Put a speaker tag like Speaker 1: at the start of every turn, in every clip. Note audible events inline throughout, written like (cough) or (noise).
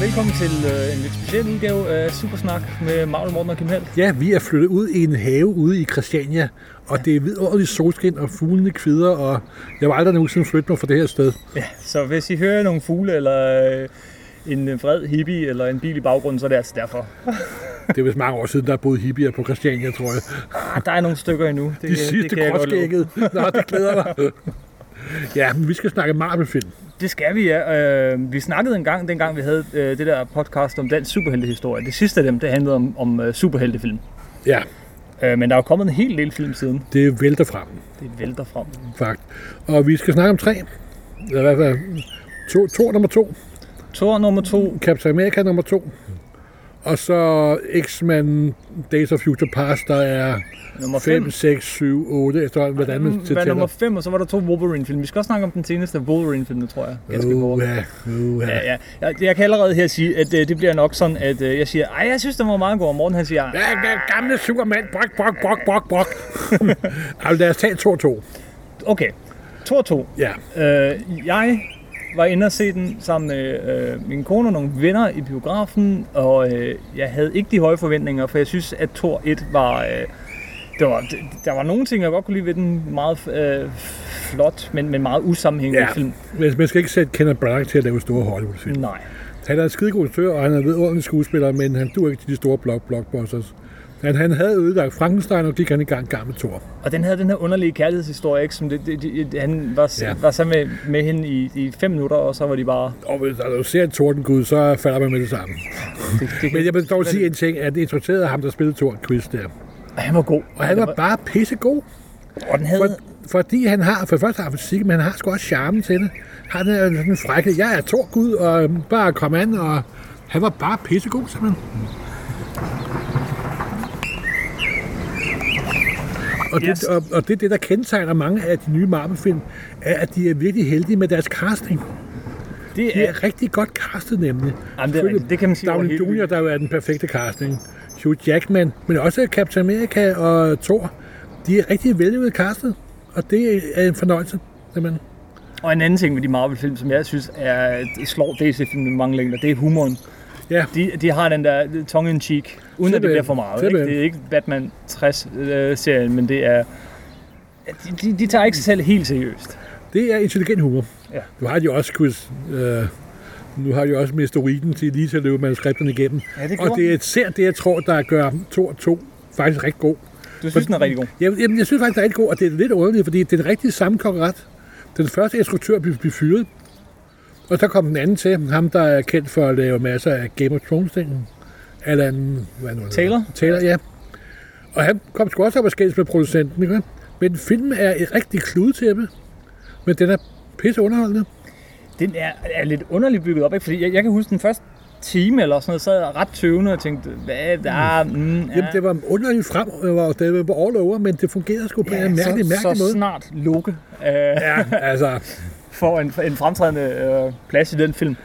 Speaker 1: velkommen til øh, en lidt speciel udgave af Supersnak med Magnus Morten og Kim Helt.
Speaker 2: Ja, vi er flyttet ud i en have ude i Christiania, og det er vidunderligt solskin, og fuglene kvider, og jeg var aldrig nogensinde flyttet mig fra det her sted.
Speaker 1: Ja, så hvis I hører nogle fugle eller øh, en vred hippie eller en bil i baggrunden, så er det altså derfor.
Speaker 2: Det er vist mange år siden, der boede hippier på Christiania, tror jeg.
Speaker 1: Ah, der er nogle stykker endnu. Det,
Speaker 2: De sidste
Speaker 1: jeg godt love.
Speaker 2: gråskækkede. Nå, det glæder
Speaker 1: (laughs)
Speaker 2: mig. Ja, men vi skal snakke Marvel-film.
Speaker 1: Det skal vi, ja. Øh, vi snakkede en gang, dengang vi havde øh, det der podcast om dansk superheltehistorie. Det sidste af dem, det handlede om, om øh, superheltefilm.
Speaker 2: Ja,
Speaker 1: Øh, men der er jo kommet en hel del film siden.
Speaker 2: det vælter frem,
Speaker 1: Det vælter frem.
Speaker 2: faktisk. Og vi skal snakke om tre. Eller i hvert fald to, to nummer to.
Speaker 1: Tor nummer to.
Speaker 2: Captain America nummer to. Og så X-Men Days of Future Past, der er
Speaker 1: Nummer
Speaker 2: 5,
Speaker 1: fem.
Speaker 2: 6, 7, 8, efterhånden, hvordan man
Speaker 1: Mm, Hvad er nummer
Speaker 2: tæller.
Speaker 1: 5, og så var der to Wolverine-film. Vi skal også snakke om den seneste Wolverine-film, tror jeg. Ganske kort.
Speaker 2: Uha, uha.
Speaker 1: Ja, ja. Jeg, jeg kan allerede her sige, at øh, det bliver nok sådan, at øh, jeg siger, ej, jeg synes, den var meget god, og Morten han siger,
Speaker 2: Ja, den gamle Superman, brok, brok, brok,
Speaker 1: (laughs)
Speaker 2: brok, brok. altså, lad os tage 2-2.
Speaker 1: okay, 2-2.
Speaker 2: Ja,
Speaker 1: Øh, jeg var inde og se den sammen med øh, min kone og nogle venner i biografen, og øh, jeg havde ikke de høje forventninger, for jeg synes, at Thor 1 var... Øh, det var, det- der var nogle ting, jeg godt kunne lide ved den. Meget øh, flot, men, men meget usammenhængende
Speaker 2: ja.
Speaker 1: film.
Speaker 2: Men man skal ikke sætte Kenneth Branagh til at lave store Hollywood-film.
Speaker 1: Nej.
Speaker 2: Han er en skidegod instruktør, og han er en vidunderlig skuespiller, men han dur ikke til de store block blockbusters. Han, han havde ødelagt Frankenstein, og gik han i gang gammel Thor.
Speaker 1: Og den havde den her underlige kærlighedshistorie, ikke? Som det, det, det, han var,
Speaker 2: Ja.
Speaker 1: ja. var sammen med, med hende i, i fem minutter, og så var de bare...
Speaker 2: Og hvis du ser en tordengud, så falder man med det samme.
Speaker 1: Det, det,
Speaker 2: Men jeg vil dog sige en ting, at instrukteret ham, der spillede Thor Quiz der.
Speaker 1: Han var god.
Speaker 2: Og han var bare pissegod.
Speaker 1: og den havde...
Speaker 2: For, fordi han har, for det første har han fysik, men han har sgu også charme til det. Han er sådan en frække, jeg er Thor Gud, og øhm, bare kom an, og han var bare pissegod, simpelthen. Og det,
Speaker 1: Yes.
Speaker 2: og, og det er det, der kendetegner mange af de nye Marvel-film, er, at de er virkelig heldige med deres casting.
Speaker 1: Det
Speaker 2: De
Speaker 1: er,
Speaker 2: er rigtig godt castet, nemlig.
Speaker 1: Jamen, det er rigtigt. Det kan man sige over
Speaker 2: Downey
Speaker 1: hele
Speaker 2: Jr., der jo er den perfekte casting. Hugh Jackman, men også Captain America og Thor. De er rigtig veludkastet, castet, og det er en fornøjelse. Simpelthen.
Speaker 1: og en anden ting med de Marvel-film, som jeg synes er, det slår DC-film med mange længder, det er humoren.
Speaker 2: Ja,
Speaker 1: De, de har den der tongue-in-cheek, uden at det
Speaker 2: Simpelthen.
Speaker 1: bliver for meget. Ikke?
Speaker 2: Simpelthen.
Speaker 1: Det er ikke Batman 60-serien, men det er... De, de, de tager ikke sig selv helt seriøst.
Speaker 2: det er intelligent humor.
Speaker 1: Ja.
Speaker 2: Du har jo også quiz. Øh, nu har jeg også Mr. Whedon til lige til at løbe manuskripterne igennem.
Speaker 1: Ja, det
Speaker 2: og
Speaker 1: gjorde
Speaker 2: det er især det, jeg tror, der gør Thor 2 faktisk rigtig god.
Speaker 1: Du synes, den er rigtig god.
Speaker 2: Jeg, jamen, jeg synes faktisk, det er rigtig god, og det er lidt underligt, fordi det er den rigtige samme konkurrent. Den første instruktør blev, blev fyret, og så kom den anden til, ham der er kendt for at lave masser af Game of Thrones-tingen. Alan, hvad er nu han
Speaker 1: Taylor?
Speaker 2: hedder? Taylor, ja. Og han kom sgu også op og skændes med producenten, ikke? Men filmen er et rigtig kludetæppe, men den er pisse underholdende.
Speaker 1: Den er, er lidt underligt bygget op, ikke? Fordi jeg, jeg kan huske den første time eller sådan noget, sad jeg ret tøvende og tænkte, hvad der... Mm, ja.
Speaker 2: Ja. Jamen, det var underligt frem, og det var all over, men det fungerede sgu på ja, en mærkelig,
Speaker 1: så,
Speaker 2: mærkelig
Speaker 1: så
Speaker 2: måde.
Speaker 1: snart Loke øh,
Speaker 2: Ja, altså,
Speaker 1: får en, en fremtrædende øh, plads i den film.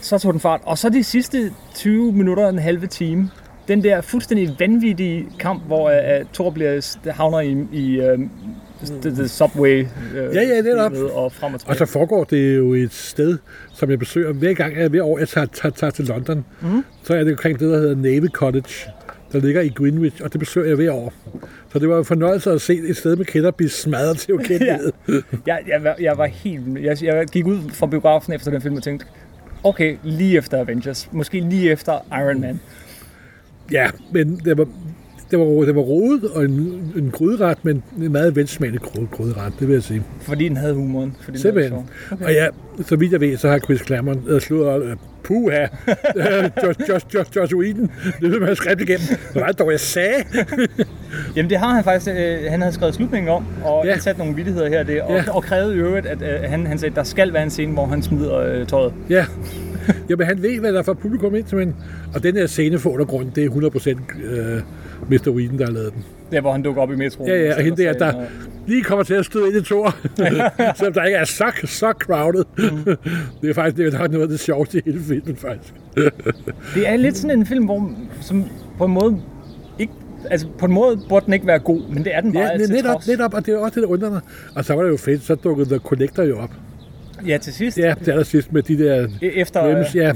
Speaker 1: Så tog den fart. Og så de sidste 20 minutter, en halve time, den der fuldstændig vanvittige kamp, hvor øh, øh, Thor bliver, havner i, i øh, the, the subway øh,
Speaker 2: Mm. Ja, ja, netop.
Speaker 1: systemet og frem og tilbage.
Speaker 2: Og så foregår det jo et sted, som jeg besøger hver gang, jeg, hver år jeg tager, tager, tager til London. Mm. Så er det omkring det, der hedder Navy Cottage, der ligger i Greenwich, og det besøger jeg hver år. Så det var en fornøjelse at se et sted med kender blive smadret til ukendelighed. ja.
Speaker 1: jeg, jeg, var, jeg var helt... Jeg, jeg gik ud fra biografen efter den film og tænkte, okay, lige efter Avengers, måske lige efter Iron Man.
Speaker 2: (laughs) ja, men det var, det var, det var rodet og en, en gryderet, men en meget velsmagende gryd, gryderet, det vil jeg sige.
Speaker 1: Fordi den havde humoren. Fordi den havde
Speaker 2: Simpelthen.
Speaker 1: sjov.
Speaker 2: Okay. Og ja, så vidt jeg ved, så har Chris Claremont øh, slået øh, puha, (laughs) øh, Josh, Josh, Josh, Josh Whedon, det vil man skrive igennem. Hvad var det dog, jeg sagde?
Speaker 1: Jamen det har han faktisk, øh, han havde skrevet slutningen om, og
Speaker 2: Ja.
Speaker 1: ja. sat nogle vittigheder her og det, og,
Speaker 2: Ja.
Speaker 1: ja. og krævede i øvrigt, at øh, han, han sagde, at der skal være en scene, hvor han smider øh, tøjet.
Speaker 2: Ja. (laughs) Jamen, han ved, hvad der er for publikum ind til men Og den her scene for undergrund, det er 100% øh, Mr. Whedon, der har lavet den.
Speaker 1: Der hvor han dukker op i metroen.
Speaker 2: Ja, ja, og hende der,
Speaker 1: sætter sig
Speaker 2: der
Speaker 1: ind,
Speaker 2: lige kommer til at støde ind i Thor, (laughs) selvom der ikke er så, så crowded. (laughs) det er faktisk det er nok noget af det sjoveste i hele filmen, faktisk.
Speaker 1: og- Det er lidt sådan en film, hvor som på en måde ikke, altså på en måde burde den ikke være god, men det er den bare
Speaker 2: Ja,
Speaker 1: til
Speaker 2: netop,
Speaker 1: trods.
Speaker 2: netop, og det er også det, der undrer mig. Og så var det jo fedt, så dukkede The Collector jo op.
Speaker 1: Ja, til sidst.
Speaker 2: Ja, det er der sidst med de der...
Speaker 1: E- Efter, øh,
Speaker 2: Rims, ja.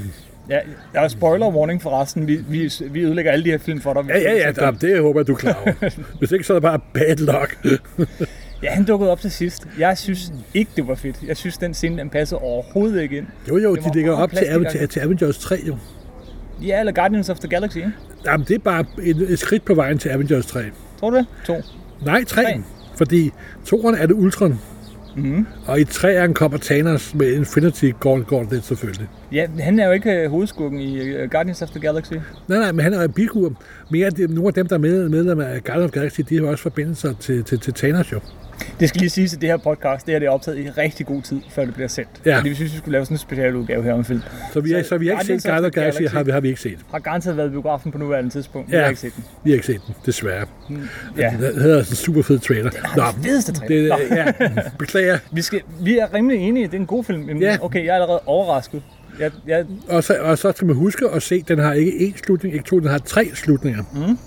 Speaker 1: Ja, der er spoiler warning for resten. Vi, vi, vi ødelægger alle de her film for dig.
Speaker 2: Ja, ja, ja, der, det håber jeg, du er klar
Speaker 1: (laughs)
Speaker 2: over. Hvis ikke, så er det bare bad luck.
Speaker 1: Ja, han dukkede op til sidst. Jeg synes ikke, det var fedt. Jeg synes, den scene den passede overhovedet ikke ind.
Speaker 2: Jo, jo,
Speaker 1: Det var
Speaker 2: de ligger
Speaker 1: meget
Speaker 2: op til,
Speaker 1: plastik-
Speaker 2: til, til Avengers 3, jo.
Speaker 1: Ja, eller Guardians of the Galaxy, ikke?
Speaker 2: Jamen, det er bare et, et skridt på vejen til Avengers 3.
Speaker 1: Tror du det? To.
Speaker 2: Nej, 3.
Speaker 1: Tre.
Speaker 2: Fordi toeren er det Ultron. Mm-hmm.
Speaker 1: Mhm.
Speaker 2: Og i træeren kommer Thanos med Infinity Gauntlet selvfølgelig.
Speaker 1: Ja, han er jo ikke øh, hovedskurken i øh, Guardians of the Galaxy.
Speaker 2: Nej, nej, men han er en bigur. Mere det, nogle af dem, der er med, medlemmer af Guardians of the Galaxy, de har også forbindelser til, til, til Thanos jo.
Speaker 1: Det skal lige siges, at det her podcast, det her det er optaget i rigtig god tid, før det bliver sendt.
Speaker 2: Ja.
Speaker 1: Fordi vi synes, vi skulle lave sådan en specialudgave her om film.
Speaker 2: Så vi, så,
Speaker 1: Så
Speaker 2: så vi har ikke
Speaker 1: Guardians
Speaker 2: set
Speaker 1: of the
Speaker 2: Guardians of the Galaxy,
Speaker 1: Galaxy.
Speaker 2: har vi, har vi ikke set.
Speaker 1: Har garanteret været i biografen på nuværende tidspunkt. Ja.
Speaker 2: Ja.
Speaker 1: Jeg har ikke set den.
Speaker 2: Vi har ikke set den, desværre.
Speaker 1: Ja.
Speaker 2: Det hedder en super fed trailer.
Speaker 1: Den fedeste trailer.
Speaker 2: det, ja,
Speaker 1: (laughs)
Speaker 2: beklager.
Speaker 1: Vi, skal, vi er rimelig enige, det er en god film. Jamen,
Speaker 2: Ja.
Speaker 1: Okay, jeg er allerede overrasket. Jeg, jeg,
Speaker 2: Og så, og så skal man huske at se, at den har ikke én slutning, ikke to, den har tre slutninger. Mm.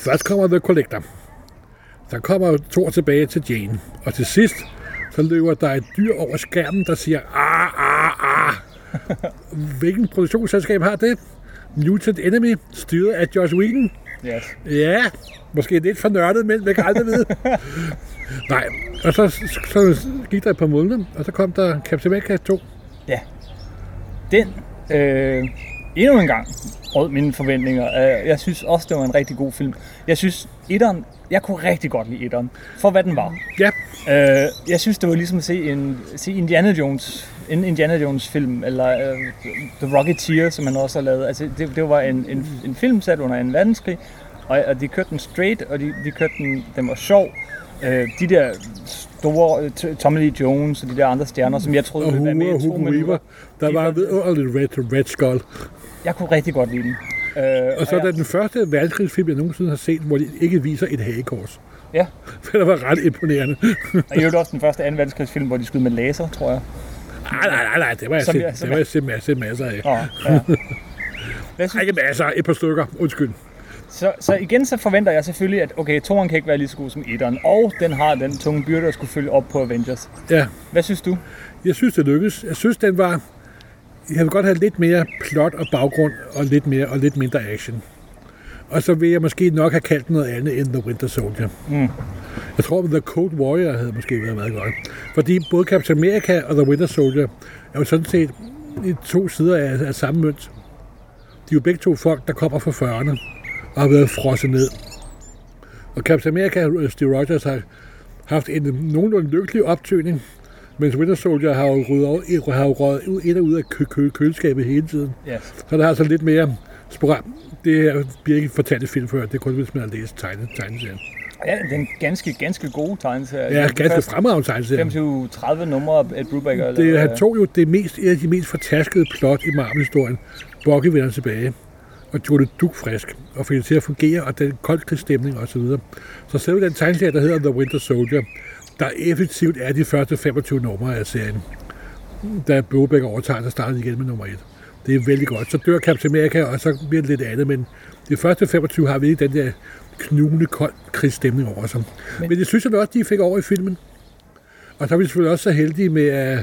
Speaker 2: Først kommer The Collector. Der kommer Thor tilbage til Jane. Og til sidst, så løber der et dyr over skærmen, der siger, ah, ah, ah. Hvilken produktionsselskab har det? Mutant Enemy, styret af Josh Whedon.
Speaker 1: yes.
Speaker 2: Ja, måske lidt for nørdet, men man kan aldrig vide. Nej, og så, så gik der et par måneder, og så kom der Captain America 2.
Speaker 1: Ja. Den, øh, endnu en gang, brød mine forventninger. Øh, Jeg synes også, det var en rigtig god film. Jeg synes, etteren, jeg kunne rigtig godt lide etteren, for hvad den var.
Speaker 2: Ja,
Speaker 1: Øh, jeg synes, det var ligesom at se, en, se Indiana Jones, en Indiana Jones film, eller øh, The Rocketeer, som han også har lavet. Altså, det, det var en, en, en film sat under 2. verdenskrig, og, og de kørte den straight, og de, de kørte den, den var sjov. Øh, de der store, øh, T- Tommy Lee Jones og de der andre stjerner, som jeg troede
Speaker 2: og
Speaker 1: ville være med
Speaker 2: Hugo,
Speaker 1: i
Speaker 2: og
Speaker 1: to
Speaker 2: Hugo Weaver.
Speaker 1: minutter.
Speaker 2: Der
Speaker 1: De
Speaker 2: var
Speaker 1: var-
Speaker 2: en vidunderlig Red, Red Skull.
Speaker 1: Jeg kunne rigtig godt lide den. Øh,
Speaker 2: Og så er
Speaker 1: jeg,
Speaker 2: det den første verdenskrigsfilm, jeg nogensinde har set, hvor de ikke viser et hagekors.
Speaker 1: Ja,
Speaker 2: (laughs) Det var ret imponerende.
Speaker 1: og i øvrødt også den første 2. verdenskrigsfilm, hvor de skød med laser, tror jeg.
Speaker 2: Nej, nej, nej, nej, det var jeg
Speaker 1: Som
Speaker 2: set,
Speaker 1: jeg- som
Speaker 2: det var jeg set masser, masser af. (laughs)
Speaker 1: Nå, ja. Hvad
Speaker 2: Ej,
Speaker 1: synes,
Speaker 2: Ikke masser, et par stykker, undskyld.
Speaker 1: så, så igen så forventer jeg selvfølgelig, at okay, toeren kan ikke være lige så god som etteren, og den har den tunge byrde at skulle følge op på Avengers.
Speaker 2: Ja,
Speaker 1: Hvad synes du?
Speaker 2: jeg synes, det lykkedes. Jeg synes, den var... Jeg vil godt have lidt mere plot og baggrund, og lidt mere og lidt mindre action. Og så vil jeg måske nok have kaldt den noget andet end The Winter Soldier. Mm. Jeg tror, The Cold Warrior havde måske været meget godt. Fordi både Captain America og The Winter Soldier er jo sådan set i to sider af, af samme mønt. De er jo begge to folk, der kommer fra 40'erne og har været frosset ned. Og Captain America og Steve Rogers har haft en nogenlunde lykkelig optøning, mens Winter Soldier har jo ryddet, over, har jo røget ud, ind og ud af kø, kø, køleskabet hele tiden.
Speaker 1: Ja.
Speaker 2: Så der er altså lidt mere sporad. Det her bliver ikke fortalt i film før, det er kun, hvis man har læst tegne, tegneserien.
Speaker 1: Ja, den ganske, ganske gode tegneserie.
Speaker 2: Ja,
Speaker 1: Den
Speaker 2: ganske
Speaker 1: første
Speaker 2: fremragende tegneserien.
Speaker 1: 25-30 numre af Brubaker.
Speaker 2: Det, han tog jo det mest, et af de mest fortaskede plot i Marvel-historien. Bucky vender tilbage og gjorde det dukfrisk og fik det til at fungere, og den koldkrigsstemning osv. Så selve den tegneserie, der hedder The Winter Soldier, der effektivt er de første 25 numre af serien, da Bøgebæk overtager, så starter de igen med nummer 1. Det er vældig godt. Så dør Captain America, og så bliver det lidt andet, men de første 25 har vi ikke den der knugende kold krigsstemning over sig. Men, men det synes jeg da også, de fik over i filmen. Og så er vi selvfølgelig også så heldige med, at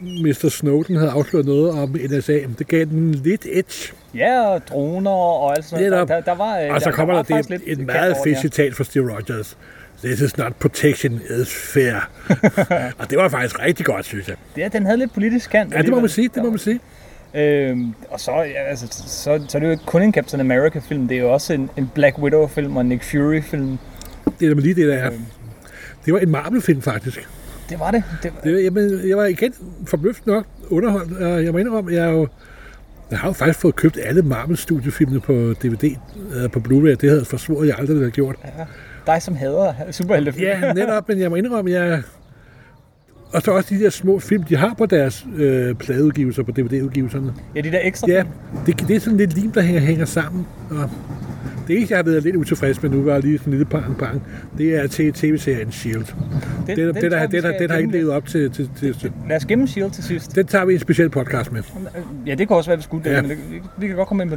Speaker 2: Mr. Snowden havde afsløret noget om NSA. Det gav den lidt edge.
Speaker 1: Ja, og droner og alt sådan noget.
Speaker 2: Netop.
Speaker 1: Der, der var, øh,
Speaker 2: og så kommer der,
Speaker 1: var faktisk
Speaker 2: det,
Speaker 1: lidt
Speaker 2: et
Speaker 1: kant
Speaker 2: meget
Speaker 1: over,
Speaker 2: fedt
Speaker 1: ja.
Speaker 2: citat fra Steve Rogers. This is not protection, is
Speaker 1: (laughs)
Speaker 2: fair. og det var faktisk rigtig godt, synes jeg.
Speaker 1: Ja, den havde lidt politisk kant.
Speaker 2: Ja, det må
Speaker 1: alligevel.
Speaker 2: man sige, det må man sige.
Speaker 1: Øhm, og så, ja, altså, så, så er det jo ikke kun en Captain America-film, det er jo også en, en Black Widow-film og en Nick Fury-film.
Speaker 2: Det er nemlig lige det, der er. Det var en Marvel-film, faktisk.
Speaker 1: Det var det. det var,
Speaker 2: Det, var- jamen, jeg var igen forbløffet nok underholdt. og Jeg må indrømme, jeg, er jo, jeg har jo faktisk fået købt alle Marvel-studiefilmene på DVD, øh, på Blu-ray. Det havde jeg forsvoret, jeg aldrig ville have gjort.
Speaker 1: dig, som hader superheltefilm.
Speaker 2: Ja, netop, men jeg må indrømme, jeg... Og så også de der små film, de har på deres øh, pladeudgivelser, på DVD-udgivelserne.
Speaker 1: ja, de der ekstra
Speaker 2: Ja, det, det er sådan lidt lim, der hænger, hænger sammen. Og det eneste, jeg har været lidt utilfreds med nu, var lige sådan en lille pang, pang. Det er til tv-serien S.H.I.E.L.D. Den, den, den, den,
Speaker 1: tror
Speaker 2: har,
Speaker 1: jeg, vi
Speaker 2: den, har,
Speaker 1: skal
Speaker 2: den har ikke
Speaker 1: gemme
Speaker 2: levet op til, til, til, til...
Speaker 1: Lad os gemme S.H.I.E.L.D. til sidst.
Speaker 2: Den tager vi en speciel podcast med.
Speaker 1: Ja, det kan også være, vi skulle det,
Speaker 2: Ja.
Speaker 1: men det, vi kan godt komme ind på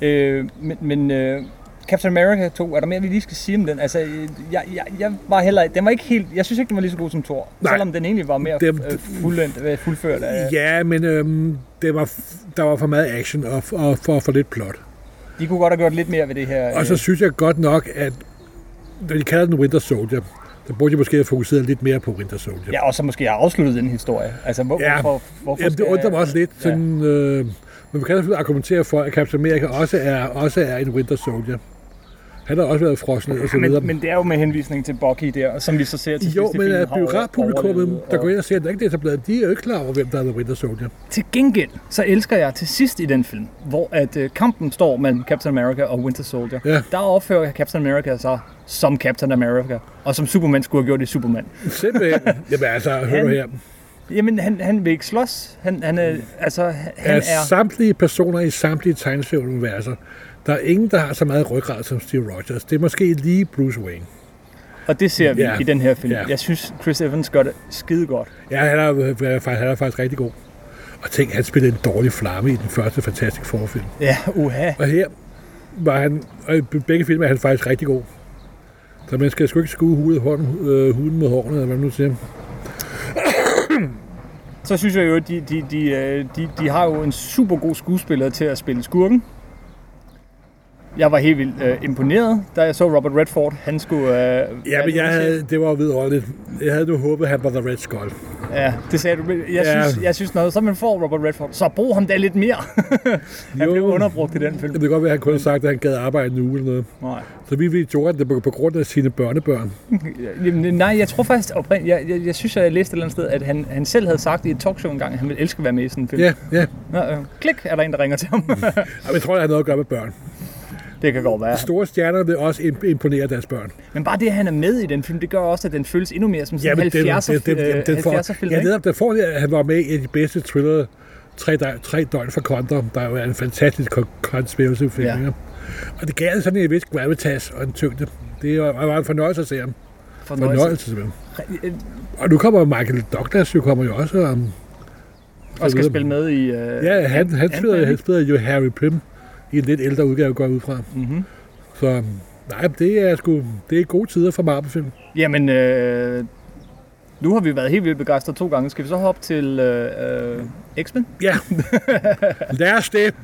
Speaker 1: det. Øh, men men øh, Captain America 2, er der mere, vi lige skal sige om den? Altså, øh, jeg, jeg, jeg var heller den var ikke helt, jeg synes ikke, den var lige så god som Thor.
Speaker 2: Nej.
Speaker 1: Selvom den egentlig var mere
Speaker 2: Dem-
Speaker 1: øh, fuldendt, øh, fuldført af...
Speaker 2: Ja, men øhm, det var, f- der var for meget action og, f- og for, for lidt plot.
Speaker 1: De kunne godt have gjort lidt mere ved det her. øh,
Speaker 2: Og så synes jeg godt nok, at når de kalder den Winter Soldier, der burde jeg måske have fokuseret lidt mere på Winter Soldier.
Speaker 1: øh, ja, og så måske have afsluttet den historie. Altså, hvor,
Speaker 2: Ja.
Speaker 1: hvorfor, hvorfor
Speaker 2: Jamen, det
Speaker 1: skal-
Speaker 2: undrer mig også lidt.
Speaker 1: Ja.
Speaker 2: Sådan, øh, men vi kan selvfølgelig argumentere for, at Captain America også er, også er en Winter Soldier. Han har også været frosset ned og så videre.
Speaker 1: Men, men det er jo med henvisning til Bucky der, som vi så ser til
Speaker 2: jo,
Speaker 1: sidst i
Speaker 2: men
Speaker 1: filmen,
Speaker 2: at
Speaker 1: har over-
Speaker 2: biografpublikummet,
Speaker 1: overlevet,
Speaker 2: der
Speaker 1: og-
Speaker 2: går ind og ser, at den ikke er etableret, de er jo ikke klar over, hvem der har været Winter Soldier.
Speaker 1: Til gengæld, så elsker jeg til sidst i den film, hvor at øh, kampen står mellem Captain America og Winter Soldier.
Speaker 2: Ja.
Speaker 1: Der opfører Captain America sig som Captain America, og som Superman skulle have gjort i Superman.
Speaker 2: Simpelthen. (laughs) Jamen altså, hør nu her.
Speaker 1: Jamen, han, han vil ikke slås. Han, han, er, altså, han
Speaker 2: Han
Speaker 1: er...
Speaker 2: er... samtlige personer i samtlige tegneserieuniverser, der er ingen, der har så meget ryggrad som Steve Rogers. Det er måske lige Bruce Wayne.
Speaker 1: Og det ser vi
Speaker 2: Ja.
Speaker 1: i den her film.
Speaker 2: Ja.
Speaker 1: Jeg synes, Chris Evans gør det skide godt.
Speaker 2: Ja, han er, øh, faktisk- han er faktisk rigtig god. Og tænk, han spillede en dårlig flamme i den første Fantastic Four-film.
Speaker 1: Ja, uha.
Speaker 2: Og her var han, og i begge film er han faktisk rigtig god. Så man skal sgu ikke skue hudet, hånden, øh, huden mod hårene, eller hvad man nu siger.
Speaker 1: Så synes jeg jo, at de, de, de, øh, de, de har jo en super god skuespiller til at spille skurken. Jeg var helt vildt øh, imponeret, da jeg så Robert Redford. Han skulle... Øh,
Speaker 2: Ja, men
Speaker 1: være
Speaker 2: jeg havde, det var vidunderligt. Jeg havde nu håbet, at han var The Red Skull.
Speaker 1: Ja, det sagde du. men Jeg
Speaker 2: Ja.
Speaker 1: synes, jeg synes noget, så man får Robert Redford, så brug ham da lidt mere. han
Speaker 2: Jo.
Speaker 1: blev underbrugt i den
Speaker 2: Det
Speaker 1: film.
Speaker 2: kan godt være, at han kun har sagt, at han gad arbejde en uge eller noget.
Speaker 1: Nej.
Speaker 2: Så vi ville gjorde det på, på grund af sine børnebørn.
Speaker 1: Jamen, nej, jeg tror faktisk oprindeligt, jeg, jeg, jeg synes, jeg læste et eller andet sted, at han, han selv havde sagt i et talkshow engang, at han ville elske at være med i sådan en film.
Speaker 2: Ja, ja.
Speaker 1: Nå, øh, klik, er der en, der ringer til ham.
Speaker 2: Og jeg tror, det har noget at gøre med børn.
Speaker 1: det kan godt være.
Speaker 2: Store stjerner vil også imp- imponere deres børn.
Speaker 1: Men bare det, at han er med i den film, det gør også, at den føles endnu mere som sådan en 70'er,
Speaker 2: den, den,
Speaker 1: øh,
Speaker 2: den, den får,
Speaker 1: 70'er-film.
Speaker 2: ja,
Speaker 1: ikke?
Speaker 2: netop den får, det, at han var med i en af de bedste thriller, tre, døg- tre døgn fra Condor, der jo er en fantastisk conspiracy film.
Speaker 1: Ja.
Speaker 2: Ja. Og det gav sådan en vis gravitas og en tyngde. Det var, var en fornøjelse at se ham. Fornøjelse simpelthen.
Speaker 1: Øh,
Speaker 2: Og nu kommer Michael Douglas, jo kommer jo også. Um,
Speaker 1: Og skal
Speaker 2: videre.
Speaker 1: spille med i... Øh,
Speaker 2: ja, han, han,
Speaker 1: Ant-Man,
Speaker 2: spiller, han
Speaker 1: ikke?
Speaker 2: spiller jo Harry Pym i en lidt ældre udgave, går jeg ud fra.
Speaker 1: Mhm.
Speaker 2: Så nej, det er sgu, det er gode tider for Marvel-film.
Speaker 1: Jamen, øh, nu har vi været helt vildt begejstret to gange. Skal vi så hoppe til øh, øh, X-Men?
Speaker 2: Ja, lad os det.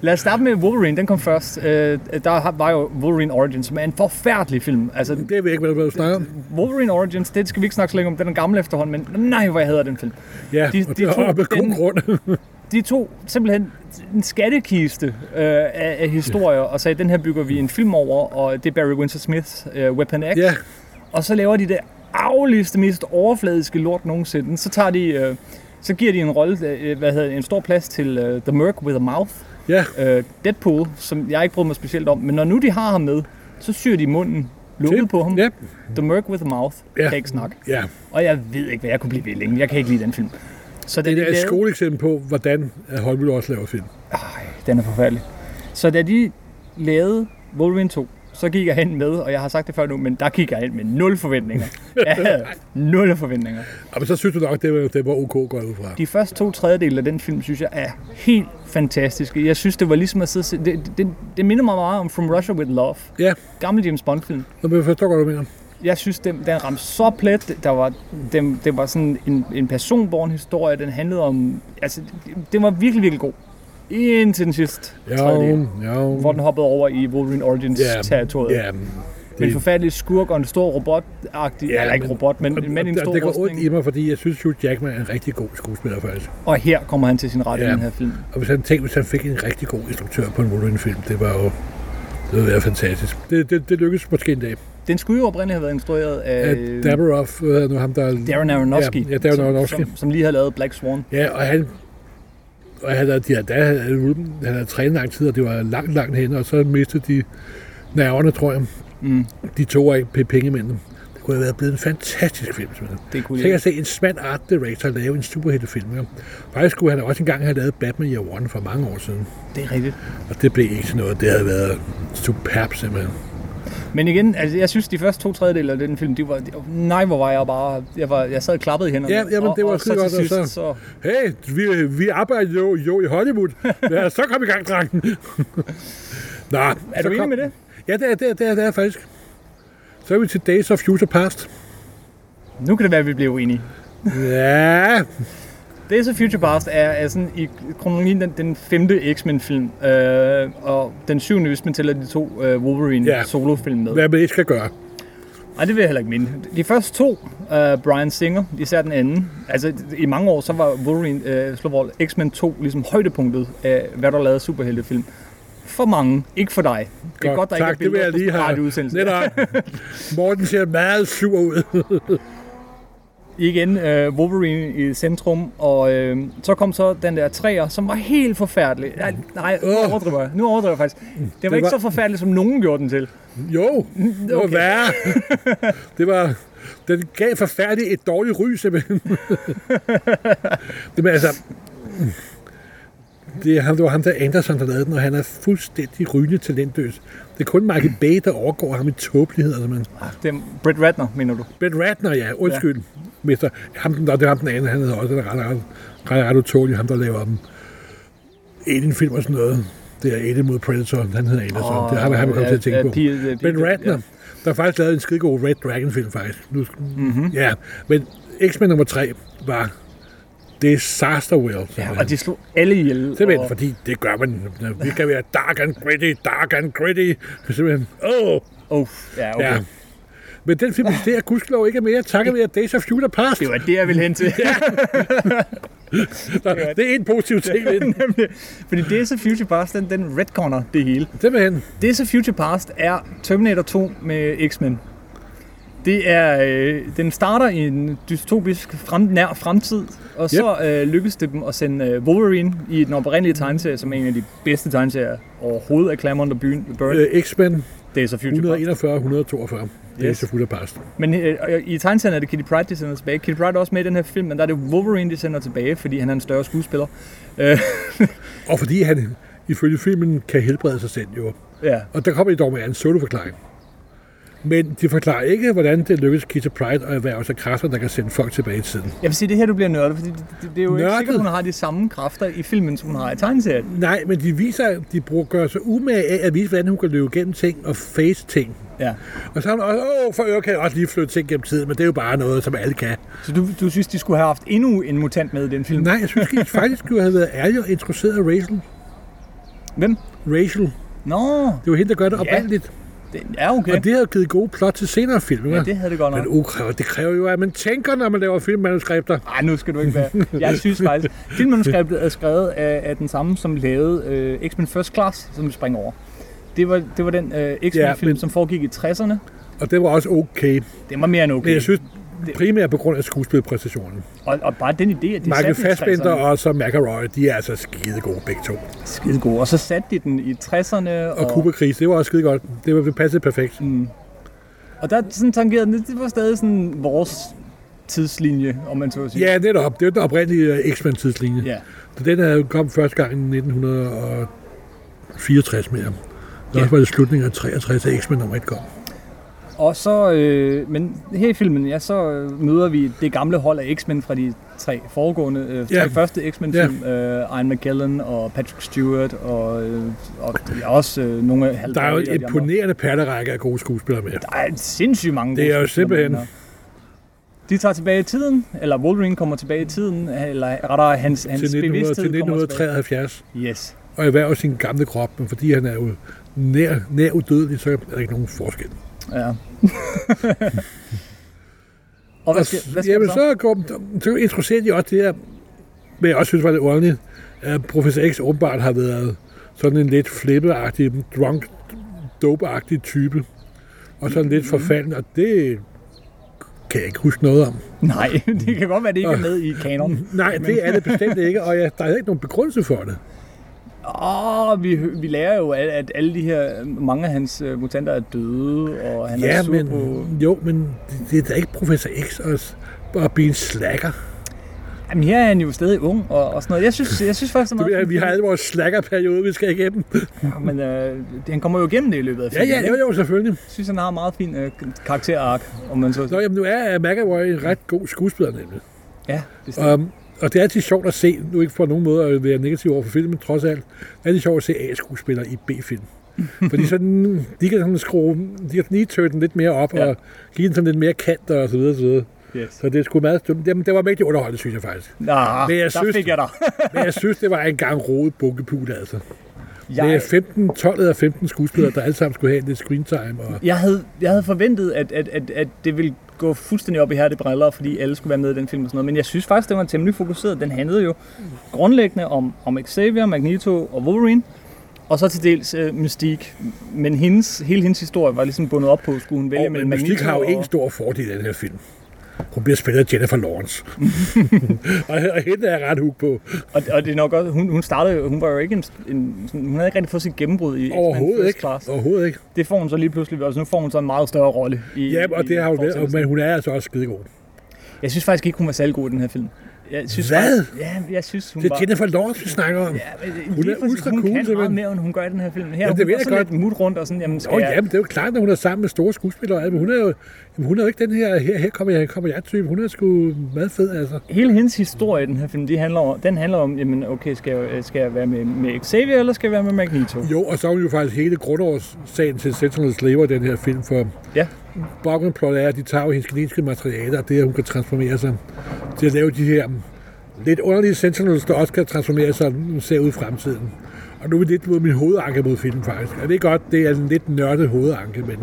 Speaker 1: Lad os starte med Wolverine, den kom først. Øh, der har- var jo Wolverine Origins, som er en forfærdelig film. Altså,
Speaker 2: Det ved jeg ikke, hvad du snakker om.
Speaker 1: Wolverine Origins, det skal vi ikke snakke så længe om, den er gammel efterhånden, men nej, hvor jeg hader den film.
Speaker 2: Ja,
Speaker 1: De-
Speaker 2: de, og,
Speaker 1: de
Speaker 2: de
Speaker 1: to-
Speaker 2: og med
Speaker 1: den-
Speaker 2: god grund.
Speaker 1: De to simpelthen en skattekiste øh, af, af historier, og sagde, den her bygger vi en film over, og det er Barry Windsor Smiths øh, Weapon X.
Speaker 2: ja,
Speaker 1: Og så laver de det afligste, mest overfladiske lort nogensinde. Så tager de... Øh, så giver de en rolle, øh, hvad hedder det, en stor plads til øh, The Merc with a Mouth,
Speaker 2: ja.
Speaker 1: øh, Deadpool, som jeg ikke bryder mig specielt om. Men når nu de har ham med, så syr de munden lukket
Speaker 2: Tip.
Speaker 1: på ham.
Speaker 2: Ja,
Speaker 1: The Merc with a Mouth
Speaker 2: Ja.
Speaker 1: kan ikke snakke.
Speaker 2: ja.
Speaker 1: Og jeg ved ikke, hvad jeg kunne blive ved længe. Jeg kan ikke lide den film. Så da
Speaker 2: Det
Speaker 1: de
Speaker 2: er et
Speaker 1: lavede-
Speaker 2: skoleeksempel på, hvordan Hollywood også laver film.
Speaker 1: Den er forfærdelig. Så da de lavede Wolverine 2, så gik jeg hen med, og jeg har sagt det før nu, men der gik jeg hen med nul
Speaker 2: (laughs)
Speaker 1: forventninger. Jeg havde nul forventninger.
Speaker 2: Og men så synes du nok, det var, det var OK går jeg ud fra.
Speaker 1: De første to tredjedele af den film, synes jeg, er helt fantastiske. Jeg synes, det var ligesom at sidde... og se- Det, det, det minder mig meget om From Russia With Love.
Speaker 2: Ja,
Speaker 1: Gammel James Bond-film.
Speaker 2: Nå, men jeg forstår godt, hvad du mener.
Speaker 1: Jeg synes, den, den ramte så plet. Der var, den, det var sådan en, en personborn historie. Den handlede om... Altså, det- den var virkelig, virkelig god. Indtil den sidste
Speaker 2: Ja,
Speaker 1: tredjedel.
Speaker 2: ja.
Speaker 1: Hvor den hoppede over i Wolverine
Speaker 2: ja,
Speaker 1: Origins-territoriet.
Speaker 2: Ja,
Speaker 1: Med en forfærdelig skurk og en stor robot-agtig... Ja,
Speaker 2: Ja,
Speaker 1: eller ikke
Speaker 2: men-
Speaker 1: robot, men,
Speaker 2: og-
Speaker 1: men en
Speaker 2: og- og
Speaker 1: stor
Speaker 2: det går ondt
Speaker 1: rustning.
Speaker 2: i mig, fordi jeg synes, Hugh Jackman er en rigtig god skuespiller faktisk.
Speaker 1: Og her kommer han til sin ret i
Speaker 2: Ja.
Speaker 1: den her film.
Speaker 2: Og hvis han tænkte, hvis han fik en rigtig god instruktør på en Wolverine-film, det var jo det ville være fantastisk. Det, det, det lykkedes måske en dag.
Speaker 1: Den skulle jo oprindeligt have været instrueret af...
Speaker 2: At Dameroff, hvad hedder nu ham, der...
Speaker 1: Darren Aronofsky,
Speaker 2: Ja, ja, Darren Aronofsky.
Speaker 1: Som, som, som lige har lavet Black Swan.
Speaker 2: Ja, og han... Og han havde, de havde, da, han havde, han havde trænet lang tid, og det var langt, langt hen, og så mistede de nerverne, tror jeg.
Speaker 1: Mm.
Speaker 2: De to af p- pengemændene. Det kunne have været blevet en fantastisk film, simpelthen.
Speaker 1: Det kunne
Speaker 2: Tænk
Speaker 1: jeg.
Speaker 2: at se en smand art director lave en superheltefilm. Ja. Faktisk skulle han også engang have lavet Batman Year One for mange år siden.
Speaker 1: Det er rigtigt.
Speaker 2: Og det blev ikke til noget. Det havde været superb, simpelthen.
Speaker 1: Men igen, altså, jeg synes, de første to tredjedele af den film, de var, de, oh, nej, hvor var jeg bare... Jeg, var, jeg sad klappet i hænderne.
Speaker 2: Ja, jamen,
Speaker 1: og,
Speaker 2: det var
Speaker 1: og, så
Speaker 2: skide
Speaker 1: til
Speaker 2: godt, og
Speaker 1: sidst,
Speaker 2: så-
Speaker 1: så...
Speaker 2: Hey, vi, vi arbejder jo,
Speaker 1: (laughs)
Speaker 2: jo i Hollywood. Ja, så kom i gang, drengen. Nå,
Speaker 1: Er du
Speaker 2: så kom,
Speaker 1: enig med det?
Speaker 2: Ja, det er, det er, det er, det er faktisk. Så er vi til Days of Future Past.
Speaker 1: Nu kan det være, at vi bliver uenige.
Speaker 2: Ja,
Speaker 1: Days of Future Past er, er sådan i kronologien den, den femte X-Men-film, øh, og den syvende, hvis man tæller de to øh,
Speaker 2: Ja.
Speaker 1: Wolverine-solofilm med.
Speaker 2: hvad man ikke skal gøre.
Speaker 1: Nej, det vil jeg heller ikke minde. De første to, uh, Brian Singer, især den anden, altså i mange år, så var Wolverine, uh, Slowball, X-Men 2 ligesom højdepunktet af, hvad der lavede superheltefilm. For mange, ikke for dig. Det er godt, der
Speaker 2: tak,
Speaker 1: ikke er
Speaker 2: det vil jeg
Speaker 1: billeder
Speaker 2: lige
Speaker 1: på
Speaker 2: have.
Speaker 1: radioudsendelsen.
Speaker 2: Netop. Morten ser meget sur ud.
Speaker 1: igen øh, Wolverine i centrum, og øh, så kom så den der træer, som var helt forfærdelig. Nej, nej nu
Speaker 2: Åh. Mm.
Speaker 1: overdriver jeg. Nu overdriver jeg faktisk. Det var
Speaker 2: Det
Speaker 1: ikke
Speaker 2: var-
Speaker 1: så forfærdeligt, som nogen gjorde den til.
Speaker 2: Jo, det var
Speaker 1: Okay.
Speaker 2: værre. Det var, den gav forfærdeligt et dårligt ry, simpelthen. Det, men altså, det, er ham, det var ham, der Anderson, der lavede den, og han er fuldstændig rygende talentløs. Det er kun Michael Bay, der overgår ham i tåbelighed. Altså, man.
Speaker 1: Det er Brett Ratner, mener du?
Speaker 2: Ben Ratner, ja, undskyld. Ja. Mister. Ham, den- det var ham den anden, han hedder også, den er ret, ret, ret, ret utålig, ham der laver dem. Alien-film og sådan noget. Det er Alien mod Predator, han hedder Anderson. Oh, det har man, han er kommet til at tænke på.
Speaker 1: øh,
Speaker 2: Ben Ratner, der faktisk lavede en skide god Red Dragon-film, faktisk. Nu,
Speaker 1: Mhm.
Speaker 2: mm-hmm. Ja, men X-Men nummer 3 var Disaster Will.
Speaker 1: Ja, og de slog alle ihjel.
Speaker 2: Simpelthen,
Speaker 1: og-
Speaker 2: fordi det gør man. Vi kan være dark and gritty, dark and gritty. Simpelthen, åh, oh,
Speaker 1: Oh, ja, okay.
Speaker 2: ja.
Speaker 1: Ja.
Speaker 2: Men den film, det er gudskelov ikke er mere takket være Days of Future Past.
Speaker 1: Det var det, jeg ville hen
Speaker 2: (laughs)
Speaker 1: til.
Speaker 2: Så det er en positiv ting ved den.
Speaker 1: Nemlig. (laughs) Fordi det er så Future Past, den, den retconner det hele.
Speaker 2: (laughs) Simpelthen.
Speaker 1: Det er så Future Past er Terminator 2 med X-Men. Det er, øh, den starter i en dystopisk frem, nær fremtid, og yep. så øh, lykkes det dem at sende øh, Wolverine i den oprindelige tegneserie, som er en af de bedste tegneserier overhovedet af Claremont og Byrne. Byrne.
Speaker 2: Øh, X-Men
Speaker 1: Det er så Future Past.
Speaker 2: 141 142. Days of Future Past.
Speaker 1: Men øh, øh, i tegneserien er det Kitty Pryde, de sender tilbage. Kitty Pryde er også med i den her film, men der er det Wolverine, de sender tilbage, fordi han er en større skuespiller. Øh, (laughs)
Speaker 2: Og fordi han ifølge filmen kan helbrede sig selv jo.
Speaker 1: ja.
Speaker 2: Og der kommer de dog med en soloforklaring. Men de forklarer ikke, hvordan det lykkedes Kitty Pride at erhverve sig kræfter, der kan sende folk tilbage i tiden.
Speaker 1: Jeg vil sige, det er her, du bliver nørdet, fordi det, det, det er jo ikke
Speaker 2: Nørdet?
Speaker 1: sikkert, hun har de samme kræfter i filmen, som hun har i tegneserien.
Speaker 2: Nej, men de viser, de bruger, gør sig umage af at vise, hvordan hun kan løbe gennem ting og face ting.
Speaker 1: Ja.
Speaker 2: Og så har hun også, åh, for øvrigt kan jeg også lige flytte ting gennem tiden, men det er jo bare noget, som alle kan.
Speaker 1: Så du, du synes, de skulle have haft endnu en mutant med i den film?
Speaker 2: Nej, jeg synes ikke, faktisk skulle have været ærlig og interesseret af Rachel.
Speaker 1: Hvem?
Speaker 2: Rachel,
Speaker 1: Nå,
Speaker 2: det var hende, der gør det
Speaker 1: Ja.
Speaker 2: oprindeligt.
Speaker 1: det, ja okay.
Speaker 2: Og det har jo givet gode plot til senere film,
Speaker 1: ja, det havde det godt
Speaker 2: Men
Speaker 1: nok.
Speaker 2: ukræver, det kræver jo, at man tænker, når man laver filmmanuskripter.
Speaker 1: Nej, nu skal du ikke være. Jeg synes (laughs) faktisk, filmmanuskriptet er skrevet af, af den samme, som lavede øh, X-Men First Class, som vi springer over. Det var, det var den øh, X-Men-film,
Speaker 2: Ja, men-
Speaker 1: som foregik i 60'erne.
Speaker 2: Og det var også okay.
Speaker 1: Det var mere end okay.
Speaker 2: Men jeg synes, primært på grund af skuespilpræstationen.
Speaker 1: og, og bare den idé, at de
Speaker 2: Michael
Speaker 1: satte den i
Speaker 2: Fassbender
Speaker 1: 60'erne.
Speaker 2: og så McElroy, de er altså skide gode begge to.
Speaker 1: Skide god. Og så satte de den i 60'erne.
Speaker 2: Og Cooper Chris, det var også skide godt. Det var det passede perfekt.
Speaker 1: Mm. og der sådan tangerede den, det var stadig sådan vores tidslinje, om man så at sige.
Speaker 2: Ja, netop. Det var den oprindelige øh, X-Men-tidslinje.
Speaker 1: Ja.
Speaker 2: Så den havde jo kom første gang i 1964 mere. Der
Speaker 1: Ja.
Speaker 2: også var det slutningen af 63, at X-Men nummer 1 kom.
Speaker 1: Og så, øh, men her i filmen, ja, så øh, møder vi det gamle hold af X-Men fra de tre foregående, øh, tre
Speaker 2: Ja.
Speaker 1: første X-Men-film, øh, Ian McKellen og Patrick Stewart, og, øh, og ja, også øh, nogle af
Speaker 2: Der er jo
Speaker 1: Hal Berry og
Speaker 2: en
Speaker 1: de andre.
Speaker 2: imponerende perlerække af gode skuespillere med.
Speaker 1: Der er sindssygt mange
Speaker 2: Det er
Speaker 1: gode
Speaker 2: jo
Speaker 1: skuespillere,
Speaker 2: simpelthen-
Speaker 1: mener. De tager tilbage i tiden, eller Wolverine kommer tilbage i tiden, eller rettere hans, hans
Speaker 2: Til, 1900, til
Speaker 1: bevidsthed kommer tilbage.
Speaker 2: 1973.
Speaker 1: Yes.
Speaker 2: og erhverve sin gamle krop, men fordi han er jo nær, nær udødelig, så er der ikke nogen forskel.
Speaker 1: Ja. (laughs) og hvad skal, hvad skal
Speaker 2: jamen,
Speaker 1: der så?
Speaker 2: så, går, så interesserer de også det her, men jeg også synes var lidt ordentligt, at Professor X åbenbart har været sådan en lidt flippeagtig, drunk, dopeagtig type, og sådan lidt forfalden, og det kan jeg ikke huske noget om.
Speaker 1: Nej, (laughs) det kan godt være, det ikke er med i kanon.
Speaker 2: Nej, det er det bestemt ikke, og jeg, der er ikke nogen begrundelse for det.
Speaker 1: Åh, vi, vi lærer jo, at, at alle de her, mange af hans øh, mutanter er døde, og han er
Speaker 2: Ja,
Speaker 1: sur
Speaker 2: men,
Speaker 1: på...
Speaker 2: jo, men det, det er da ikke Professor X at, at blive en slacker.
Speaker 1: Jamen, her er han jo stadig ung og, og sådan noget. Jeg synes, jeg synes faktisk, det er
Speaker 2: Du ved,
Speaker 1: meget...
Speaker 2: at vi har alle vores slackerperiode, vi skal igennem.
Speaker 1: Ja, men øh, det- han kommer jo igennem det i løbet af
Speaker 2: Ja, ja,
Speaker 1: filmen,
Speaker 2: jo,
Speaker 1: ikke?
Speaker 2: jo, selvfølgelig.
Speaker 1: Jeg synes, han har en meget fin øh, karakterark, om man så...
Speaker 2: Nå, jamen, nu er øh, McAvoy en ret god skuespiller, nemlig.
Speaker 1: Ja, det er
Speaker 2: Um, og det er altid sjovt at
Speaker 1: (laughs)
Speaker 2: se, nu ikke på nogen måde at være negativ over for filmen, trods alt, det er altid sjovt at se A-skuespillere i B-film. Fordi sådan, de kan sådan skrue, de kan lige tøve den lidt mere op,
Speaker 1: Ja.
Speaker 2: ja. og give den sådan lidt mere kant, og så videre, så videre.
Speaker 1: Yes.
Speaker 2: Så det er sgu meget dumt. Jamen, det var mægtig underholdende, synes jeg
Speaker 1: (laughs)
Speaker 2: faktisk.
Speaker 1: Nå,
Speaker 2: Men jeg
Speaker 1: der
Speaker 2: synes-
Speaker 1: fik jeg dig.
Speaker 2: Men jeg synes, det var en gang rodet bukkepul, altså. Det er
Speaker 1: Jeg,
Speaker 2: 15, 12 eller 15 skuespillere, der alle sammen skulle have lidt screen time. Og...
Speaker 1: jeg, havde, jeg havde forventet, at, at, at, at det ville gå fuldstændig op i her briller, fordi alle skulle være med i den film og sådan noget. Men jeg synes faktisk, det var en temmelig fokuseret. Den handlede jo grundlæggende om, om Xavier, Magneto og Wolverine. Og så til dels øh, Mystique. Men hendes, hele hendes historie var ligesom bundet op på, skulle hun vælge
Speaker 2: Og, men
Speaker 1: mellem
Speaker 2: Mystik
Speaker 1: Magneto
Speaker 2: har jo
Speaker 1: og...
Speaker 2: en stor fordel i den her film. Hun bliver spillet af Jennifer
Speaker 1: (laughs)
Speaker 2: Lawrence. (laughs) og, og hende er jeg ret hug på.
Speaker 1: Og, og det er nok også, hun, hun startede jo, hun var jo ikke en, en sådan, hun havde ikke rigtig fået sit gennembrud i X-Men
Speaker 2: Overhovedet
Speaker 1: First
Speaker 2: ikke.
Speaker 1: Class.
Speaker 2: Overhovedet ikke.
Speaker 1: Det får hun så lige pludselig, og så nu får hun så en meget større rolle. i
Speaker 2: Ja, og
Speaker 1: i
Speaker 2: det har hun været, og-
Speaker 1: fortsættelsen.
Speaker 2: men hun er altså også skidegod.
Speaker 1: Jeg synes faktisk ikke, hun var særlig god i den her film. Jeg synes,
Speaker 2: Hvad?
Speaker 1: Faktisk, ja, jeg synes, hun
Speaker 2: Det er
Speaker 1: var...
Speaker 2: Jennifer Lawrence, vi snakker om.
Speaker 1: Ja, men
Speaker 2: Hun
Speaker 1: lige
Speaker 2: er
Speaker 1: præcis,
Speaker 2: ultra
Speaker 1: hun
Speaker 2: cool,
Speaker 1: kan meget
Speaker 2: simpelthen.
Speaker 1: mere, end hun gør i den her film. Her
Speaker 2: Ja,
Speaker 1: ja,
Speaker 2: det
Speaker 1: det hun
Speaker 2: ved
Speaker 1: var
Speaker 2: jeg
Speaker 1: sådan
Speaker 2: godt.
Speaker 1: lidt mut rundt og sådan, jamen skal
Speaker 2: Nå,
Speaker 1: jeg...
Speaker 2: jamen, det er jo klart, når hun er sammen med store skuespillere. og alt, men hun er jo, jamen, hun er jo ikke den her, her, her kommer jeg, her kommer jeg type. Hun er sgu meget fed, altså.
Speaker 1: Hele hendes historie i den her film, de handler om, den handler om, jamen okay, skal jeg, øh, skal jeg være med, med Xavier, eller skal jeg være med Magneto?
Speaker 2: Jo, og så er hun jo faktisk hele grundårssagen til Sentinel Slaver i den her film, for
Speaker 1: Ja,
Speaker 2: Baggrund plot er, at de tager jo hendes genetiske materiale, og det er, at hun kan transformere sig til at lave de her mm, lidt underlige sentinels, der også kan transformere sig, mm, ser ud i fremtiden. Og nu er det lidt mod min hovedanke mod filmen, faktisk. Jeg ved godt, det er en lidt nørdet hovedanke, men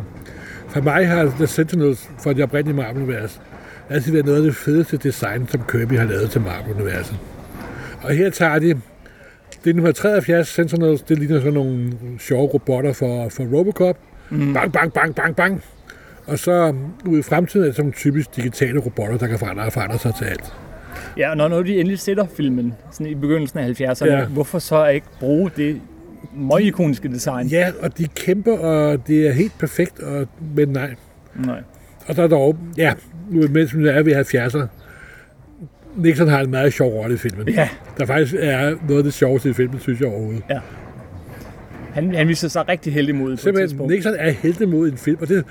Speaker 2: for mig har The Sentinels fra det oprindelige Marvel-univers altid været noget af det fedeste design, som Kirby har lavet til Marvel-universet. Og her tager de det er nummer 73 Sentinels, det ligner sådan nogle sjove robotter for, for Robocop. Mm. Bang, bang, bang, bang, bang. Og så ude i fremtiden er det sådan typisk digitale robotter, der kan forandre, forandre sig til alt.
Speaker 1: ja og når, når de endelig sætter filmen sådan i begyndelsen af 70'erne, ja.
Speaker 2: Ja.
Speaker 1: hvorfor så ikke bruge det møgikoniske design?
Speaker 2: Ja, og de kæmper, og det er helt perfekt, og, men nej.
Speaker 1: Nej.
Speaker 2: Og så er der dog, ja, nu mens vi er ved 70'er, Nixon har en meget sjov rolle i filmen.
Speaker 1: Ja.
Speaker 2: Der faktisk er noget af det sjoveste i filmen, synes jeg overhovedet.
Speaker 1: Han, han viser sig rigtig heldig mod på et
Speaker 2: Simpelthen,
Speaker 1: tidspunkt.
Speaker 2: Nixon er heldig mod en film, og det,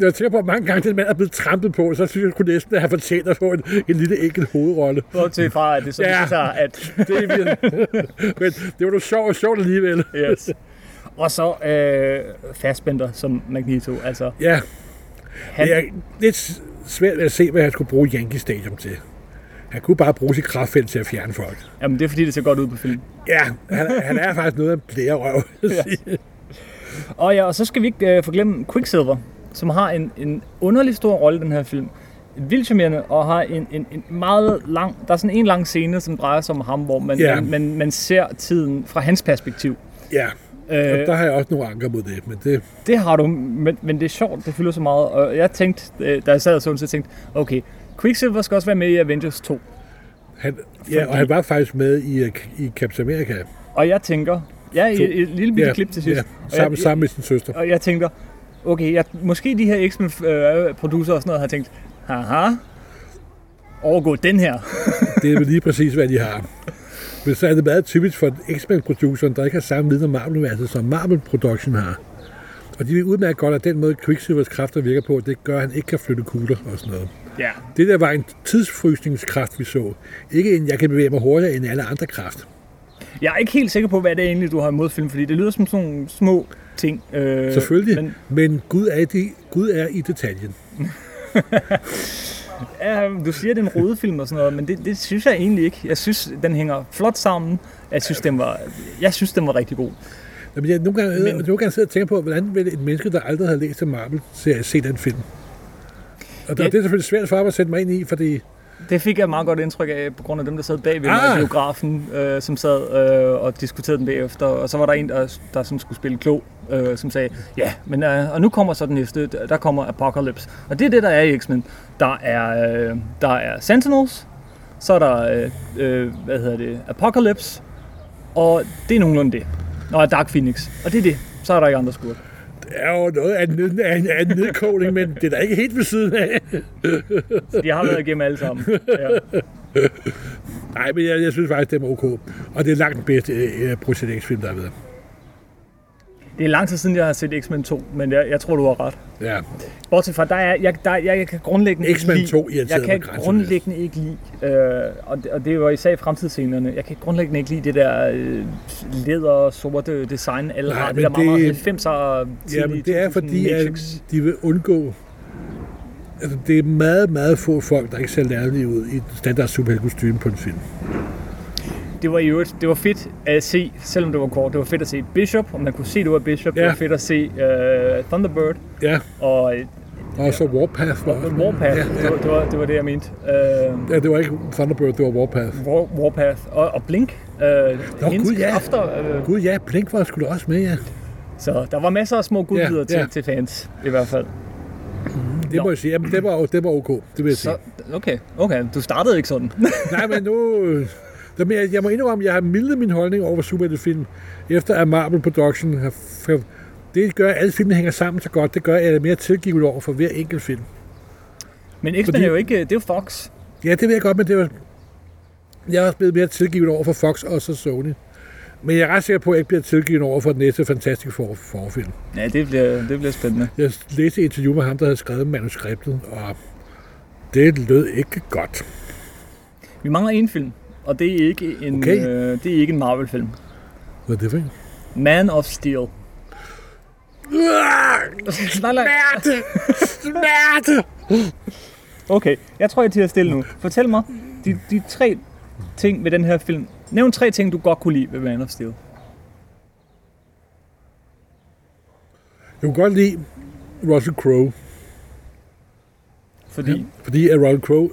Speaker 2: jeg tænker på, at mange gange den mand er blevet trampet på, så synes jeg kunne næsten, at han fortjent at få en, en lille enkelt
Speaker 1: (laughs)
Speaker 2: hovedrolle.
Speaker 1: Bortset fra, at det så
Speaker 2: Ja.
Speaker 1: viser sig, at
Speaker 2: Det er virkelig- Men det var nu sjovt, sjovt alligevel.
Speaker 1: Yes. Og så øh, Fassbender som Magneto. Altså,
Speaker 2: Ja,
Speaker 1: han,
Speaker 2: det er lidt svært at se, hvad han skulle bruge Yankee Stadium til. Han kunne bare bruge sit kraftfelt til at fjerne folk.
Speaker 1: jamen, det er fordi, det ser godt ud på film.
Speaker 2: Ja, han, han er faktisk noget af en blærerøv.
Speaker 1: Ja. Og, ja, og så skal vi ikke øh, forglemme Quicksilver, som har en, en underlig stor rolle i den her film. Vildt charmerende, og har en, en, en meget lang... Der er sådan en lang scene, som drejer sig om ham, hvor man,
Speaker 2: Ja.
Speaker 1: man, man, man ser tiden fra hans perspektiv.
Speaker 2: ja. Og
Speaker 1: Øh,
Speaker 2: der har jeg også nogle anker mod det, men det,
Speaker 1: Det har du, men, men det er sjovt, det fylder så meget. Og jeg tænkte, øh, da jeg sad og så den, så tænkte jeg, okay, Quicksilver skal også være med i Avengers 2.
Speaker 2: han, ja, og han var faktisk med i, øh, i Captain America.
Speaker 1: Og jeg tænker, ja,
Speaker 2: To.
Speaker 1: et, et lille bitte klip til sidst.
Speaker 2: Ja,
Speaker 1: Og
Speaker 2: sammen,
Speaker 1: jeg,
Speaker 2: sammen med sin søster.
Speaker 1: Og jeg tænker, okay, jeg, måske de her X-Men-producer og sådan noget har tænkt, haha, overgå den her.
Speaker 2: Det er vel lige præcis, hvad de har. Men så er det meget typisk for X-Men-produceren, der ikke har samme viden om Marvel-universet, som Marvel Production har. Og de ved udmærket godt, at den måde Quicksilvers kræfter virker på, det gør, at han ikke kan flytte kugler og sådan noget.
Speaker 1: Ja.
Speaker 2: Det der var en tidsfrysningskraft, vi så. Ikke en, jeg kan bevæge mig hurtigere end alle andre kraft.
Speaker 1: Jeg er ikke helt sikker på, hvad det er egentlig, du har imod film, fordi det lyder som sådan nogle små ting. Øh,
Speaker 2: Selvfølgelig,
Speaker 1: Men
Speaker 2: men, men Gud, er de, Gud er i detaljen.
Speaker 1: ja, du siger, det er en røde film og sådan noget, men det, det, synes jeg egentlig ikke. Jeg synes, den hænger flot sammen. Jeg synes, den var, jeg synes, den var rigtig god.
Speaker 2: Jamen, jeg, nogle gange,
Speaker 1: Men-
Speaker 2: men, nogle gange sidder jeg og tænker på, hvordan ville et menneske, der aldrig havde læst en Marvel-serie, se den film? Og der,
Speaker 1: Ja.
Speaker 2: det er selvfølgelig svært for mig at sætte mig ind i, fordi
Speaker 1: Det fik jeg et meget godt indtryk af, på grund af dem, der sad bagved mig
Speaker 2: Ah.
Speaker 1: i biografen, øh, som sad øh, og diskuterede den bagefter. Og så var der en, der, der sådan skulle spille klog, øh, som sagde, ja, men øh, og nu kommer så den næste, der der kommer Apocalypse. Og det er det, der er i X-Men. Der er, øh, der er Sentinels, så er der, øh, øh, hvad hedder det, Apocalypse, og det er nogenlunde det. Og Dark Phoenix, og det er det. Så er der ikke andre skurke.
Speaker 2: det er jo noget af en, ned- af en, af en nedkogning, men det er da ikke helt ved siden af.
Speaker 1: Så de har været igennem alle sammen. Ja.
Speaker 2: Nej, men jeg, jeg synes faktisk, det er ok. Og det er langt den bedste øh, øh, Project X-film, der har været.
Speaker 1: Det er lang tid siden, jeg har set X-Men 2, men jeg, jeg tror, du har ret.
Speaker 2: Ja.
Speaker 1: Bortset fra, der er, jeg, der, jeg, jeg kan grundlæggende ikke
Speaker 2: X-Men
Speaker 1: lide-
Speaker 2: 2 irriterede
Speaker 1: Jeg
Speaker 2: mig
Speaker 1: kan
Speaker 2: grænseløst.
Speaker 1: grundlæggende ikke lide, øh, og, det, og det var især i fremtidsscenerne, jeg kan grundlæggende ikke lide det der øh, læder, sorte design, alle
Speaker 2: Nej,
Speaker 1: har det
Speaker 2: men
Speaker 1: der meget, meget
Speaker 2: det-
Speaker 1: 90'er tidlige
Speaker 2: Jamen, det er
Speaker 1: 2000
Speaker 2: fordi, at
Speaker 1: Matrix.
Speaker 2: de vil undgå... Altså, det er meget, meget få folk, der ikke ser lærlige ud i et standard superheltekostyme på en film.
Speaker 1: Det var i øvrigt, det var fedt at se, selvom det var kort, det var fedt at se Bishop, og man kunne se, det var Bishop, ja.
Speaker 2: Ja.
Speaker 1: det var fedt at se øh, Thunderbird,
Speaker 2: Ja,
Speaker 1: og øh,
Speaker 2: og så Warpath var også med.
Speaker 1: Warpath,
Speaker 2: Ja,
Speaker 1: det,
Speaker 2: ja.
Speaker 1: var, det, var, det var det, jeg mente. Øh,
Speaker 2: ja, det var ikke Thunderbird, det var Warpath.
Speaker 1: War, Warpath og, og Blink. Øh, hendes
Speaker 2: gud, ja.
Speaker 1: kræfter, øh,
Speaker 2: Gud ja, Blink var sgu da også med, ja.
Speaker 1: Så der var masser af små godbidder
Speaker 2: Ja,
Speaker 1: til,
Speaker 2: ja.
Speaker 1: til fans, i hvert fald.
Speaker 2: Det
Speaker 1: Nå.
Speaker 2: må jeg sige. Jamen, det var, det var ok, det vil jeg sige.
Speaker 1: Så, okay, okay, du startede ikke
Speaker 2: (laughs)
Speaker 1: sådan.
Speaker 2: Nej, men nu... øh, Jamen, jeg, jeg må indrømme, at jeg har mildet min holdning over superheltefilm, efter at Marvel Production har... f- Det gør, at alle filmene hænger sammen så godt. Det gør, at jeg er mere tilgivende over for hver enkelt film.
Speaker 1: Men X-Men
Speaker 2: Fordi-
Speaker 1: er jo ikke, det er jo Fox.
Speaker 2: Ja, det ved jeg godt, men det var... Jeg er også blevet mere tilgivet over for Fox og så Sony. Men jeg er ret sikker på, at jeg ikke bliver tilgivet over for den næste fantastiske for- forfilm.
Speaker 1: Ja, det bliver, det bliver spændende.
Speaker 2: Jeg læste et interview med ham, der havde skrevet manuskriptet, og det lød ikke godt.
Speaker 1: Vi mangler en film, og det er ikke en,
Speaker 2: Okay.
Speaker 1: øh, det er ikke en Marvel-film.
Speaker 2: Hvad er det for en?
Speaker 1: Man of Steel. (laughs) nej, nej.
Speaker 2: Smerte! Smerte!
Speaker 1: Okay, jeg tror, jeg tager stille nu. Fortæl mig, de, de tre ting ved den her film. Nævn tre ting, du godt kunne lide ved Man of Steel.
Speaker 2: Jeg kunne godt lide Russell Crowe,
Speaker 1: Fordi,
Speaker 2: fordi at Russell Crowe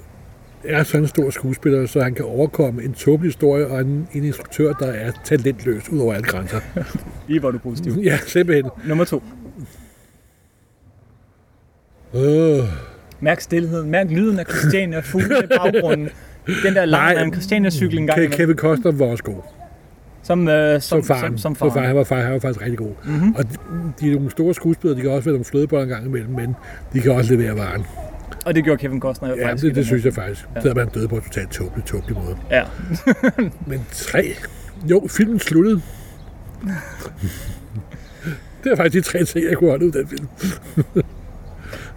Speaker 2: er sådan en stor skuespiller, så han kan overkomme en tåbelig historie og en, en instruktør, der er talentløs ud over alle
Speaker 1: (laughs)
Speaker 2: grænser.
Speaker 1: lige var du positiv.
Speaker 2: ja, simpelthen.
Speaker 1: Nummer to.
Speaker 2: Øh.
Speaker 1: Mærk stillheden. Mærk lyden af Christiania fugle i baggrunden. Den der
Speaker 2: Nej.
Speaker 1: lange Christiania-cykel en gang.
Speaker 2: Ke-
Speaker 1: imellem.
Speaker 2: Kevin Costner var også god.
Speaker 1: Som, øh, som,
Speaker 2: Som faren.
Speaker 1: Som, som faren. Mhm.
Speaker 2: Han, var, far, han var faktisk rigtig god. Mm-hmm. Og de, de er nogle store skuespillere, de kan også være nogle flødeboller en gang imellem, men de kan også levere varen.
Speaker 1: Og det gjorde Kevin Costner jo
Speaker 2: Ja,
Speaker 1: faktisk. i
Speaker 2: det,
Speaker 1: den
Speaker 2: det
Speaker 1: her.
Speaker 2: synes jeg faktisk.
Speaker 1: Ja.
Speaker 2: Ja. Selvom han døde på en totalt tåbelig, tåbelig måde.
Speaker 1: Ja.
Speaker 2: Men tre? Jo, filmen sluttede. det er faktisk de tre ting, jeg kunne holde ud af den film.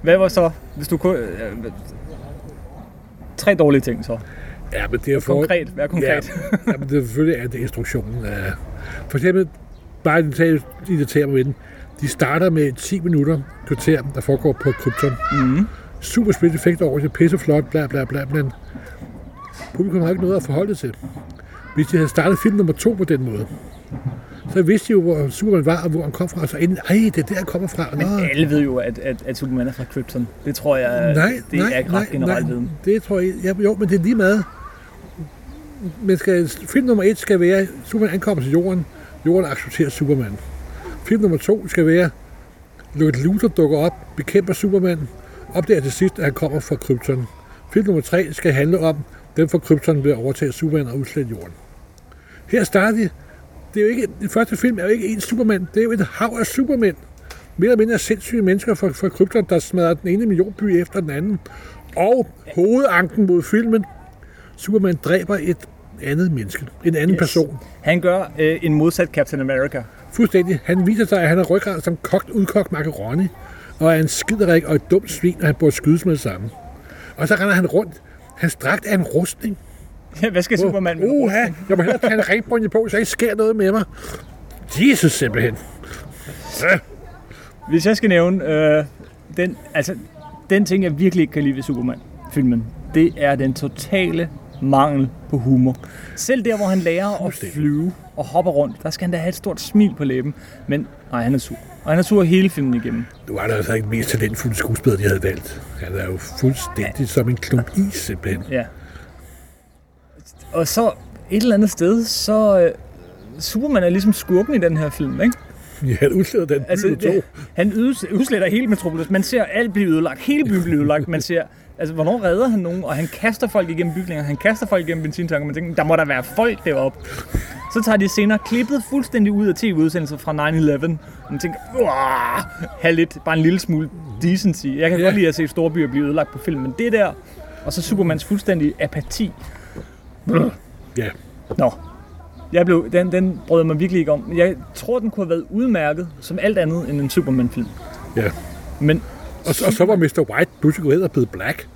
Speaker 1: Hvad var så, hvis du kunne... Øh, hvad- tre dårlige ting så.
Speaker 2: Ja, men det er for...
Speaker 1: Konkret, vær konkret.
Speaker 2: Ja, men det er selvfølgelig er det instruktionen. af- For eksempel, bare den tale, de irriterer mig ved den. De starter med 10 minutter kvarter, der foregår på krypton.
Speaker 1: Mm.
Speaker 2: Super split effekt over, det er pisseflot, bla bla bla bla. Publikum har ikke noget at forholde sig til. Hvis de havde startet film nummer to på den måde, så vidste de jo, hvor Superman var, og hvor han kom fra, og så inden, ej, det er der, han kommer fra.
Speaker 1: Men
Speaker 2: Nå.
Speaker 1: (laughs) alle ved jo, at, at, at Superman er fra Krypton. Det tror jeg,
Speaker 2: nej,
Speaker 1: det
Speaker 2: nej,
Speaker 1: er ikke
Speaker 2: nej,
Speaker 1: ret generelt
Speaker 2: nej,
Speaker 1: viden.
Speaker 2: Det tror jeg. Ja, jo, men det er lige meget. Men skal, film nummer et skal være, Superman ankommer til jorden. Jorden accepterer Superman. Film nummer to skal være, Lex Luthor dukker op, bekæmper Superman, opdager til sidst, at han kommer fra Krypton. Film nummer tre skal handle om, dem fra Krypton vil overtage Superman og udslette jorden. Her starter de. Det er jo ikke, den første film er jo ikke en Superman, det er jo et hav af Supermænd mere eller mindre sindssyge mennesker fra, fra krypton, der smadrer den ene millionby efter den anden. Og hovedanken mod filmen, Superman dræber et andet menneske, en anden yes. person.
Speaker 1: Han gør øh, en modsat Captain America. (laughs)
Speaker 2: Fuldstændig. Han viser sig, at han har ryggrad som kogt, udkogt macaroni, og er en skiderik og et dumt svin, og han burde skydes med det samme. Og så render han rundt. Hans dragt er en rustning.
Speaker 1: Hvad skal Superman med?
Speaker 2: Uha, jeg må hellere tage en ringbrynje på, så ikke sker noget med mig. Jesus simpelthen. Ja.
Speaker 1: Hvis jeg skal nævne, øh, den, altså, den ting, jeg virkelig ikke kan lide ved Superman-filmen, det er den totale mangel på humor. Selv der, hvor han lærer at
Speaker 2: Fuldstændig.
Speaker 1: flyve og hoppe rundt, der skal han da have et stort smil på læben. Men nej, han er sur. Og han er sur hele filmen igennem.
Speaker 2: Nu var der altså ikke den mest talentfulde skuespiller, de havde valgt. Han er jo fuldstændig som en klump is, simpelthen.
Speaker 1: Ja. Og så et eller andet sted, så... Øh, Superman er ligesom skurken i den her film, ikke?
Speaker 2: Ja, han udsleder den by altså,
Speaker 1: Altså,
Speaker 2: to.
Speaker 1: det, han ydes- udsletter hele Metropolis. Man ser alt blive ødelagt. Hele byen bliver ødelagt. Man ser, altså, hvornår redder han nogen? Og han kaster folk igennem bygninger. Han kaster folk igennem benzintanker. Man tænker, der må der være folk deroppe. Så tager de senere klippet fuldstændig ud af tv-udsendelser fra 9-11. Og man tænker, "Uah, have lidt, bare en lille smule decency. Jeg kan
Speaker 2: Ja.
Speaker 1: godt lide at se store byer blive ødelagt på film, men det der, og så Supermans fuldstændig apati.
Speaker 2: Ja.
Speaker 1: Nå, Jeg blev, den, den brød jeg mig virkelig ikke om. Jeg tror, den kunne have været udmærket som alt andet end en Superman-film.
Speaker 2: Ja.
Speaker 1: Men
Speaker 2: Og, så- og så var Mr. White pludselig gået hen og blevet black.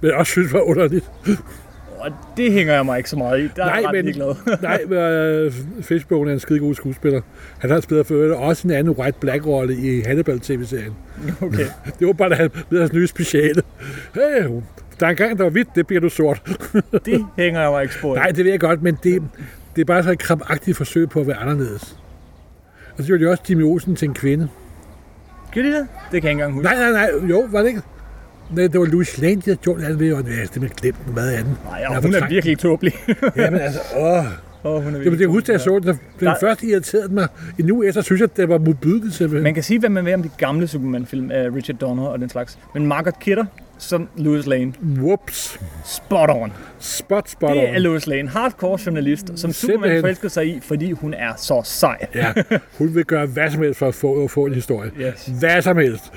Speaker 2: Men jeg også synes var underligt.
Speaker 1: og det hænger jeg mig ikke så meget i. Der er jeg ret
Speaker 2: men,
Speaker 1: ligeglad. (laughs)
Speaker 2: (laughs) nej, men øh, Fishbone er en skide god skuespiller. Han har spillet for øvrigt også en anden white-black-rolle i Hannibal-tv-serien.
Speaker 1: okay.
Speaker 2: Det var bare han, det er hans nye speciale. Hey, der er en gang, der var hvidt, det bliver du sort.
Speaker 1: Det hænger jeg mig ikke spor i.
Speaker 2: Nej, det ved jeg godt, men det, det er bare så et krampagtigt forsøg på at være anderledes. Og så gjorde de også Jimmy Olsen til en kvinde.
Speaker 1: Gør de det? Det kan jeg ikke engang huske.
Speaker 2: Nej, nej, nej, jo, var det ikke? Nej, det var Louis Lane, der gjorde det, han ved, og ja, det med glemt den meget af den.
Speaker 1: Nej,
Speaker 2: Jeg
Speaker 1: og
Speaker 2: har
Speaker 1: hun er
Speaker 2: fortrængt den.
Speaker 1: virkelig tåbelig. (laughs)
Speaker 2: Ja, men altså, åh.
Speaker 1: oh, hun er
Speaker 2: Det var det,
Speaker 1: virkelig
Speaker 2: jeg husker, da jeg så den, der blev
Speaker 1: Der-
Speaker 2: den først irriteret mig. En uge efter synes jeg, at det var modbydelig simpelthen.
Speaker 1: Man kan sige, hvad man vil om de gamle Superman-film af Richard Donner og den slags. Men Margaret Kidder som Louis Lane.
Speaker 2: Whoops.
Speaker 1: Spot on.
Speaker 2: Spot, spot
Speaker 1: Det er
Speaker 2: on.
Speaker 1: Lois Lane, hardcore journalist, som Superman
Speaker 2: Simpelthen.
Speaker 1: forelsker sig i, fordi hun er så sej.
Speaker 2: Ja, hun vil gøre hvad som helst for at få, få en historie.
Speaker 1: Yes.
Speaker 2: Hvad som helst.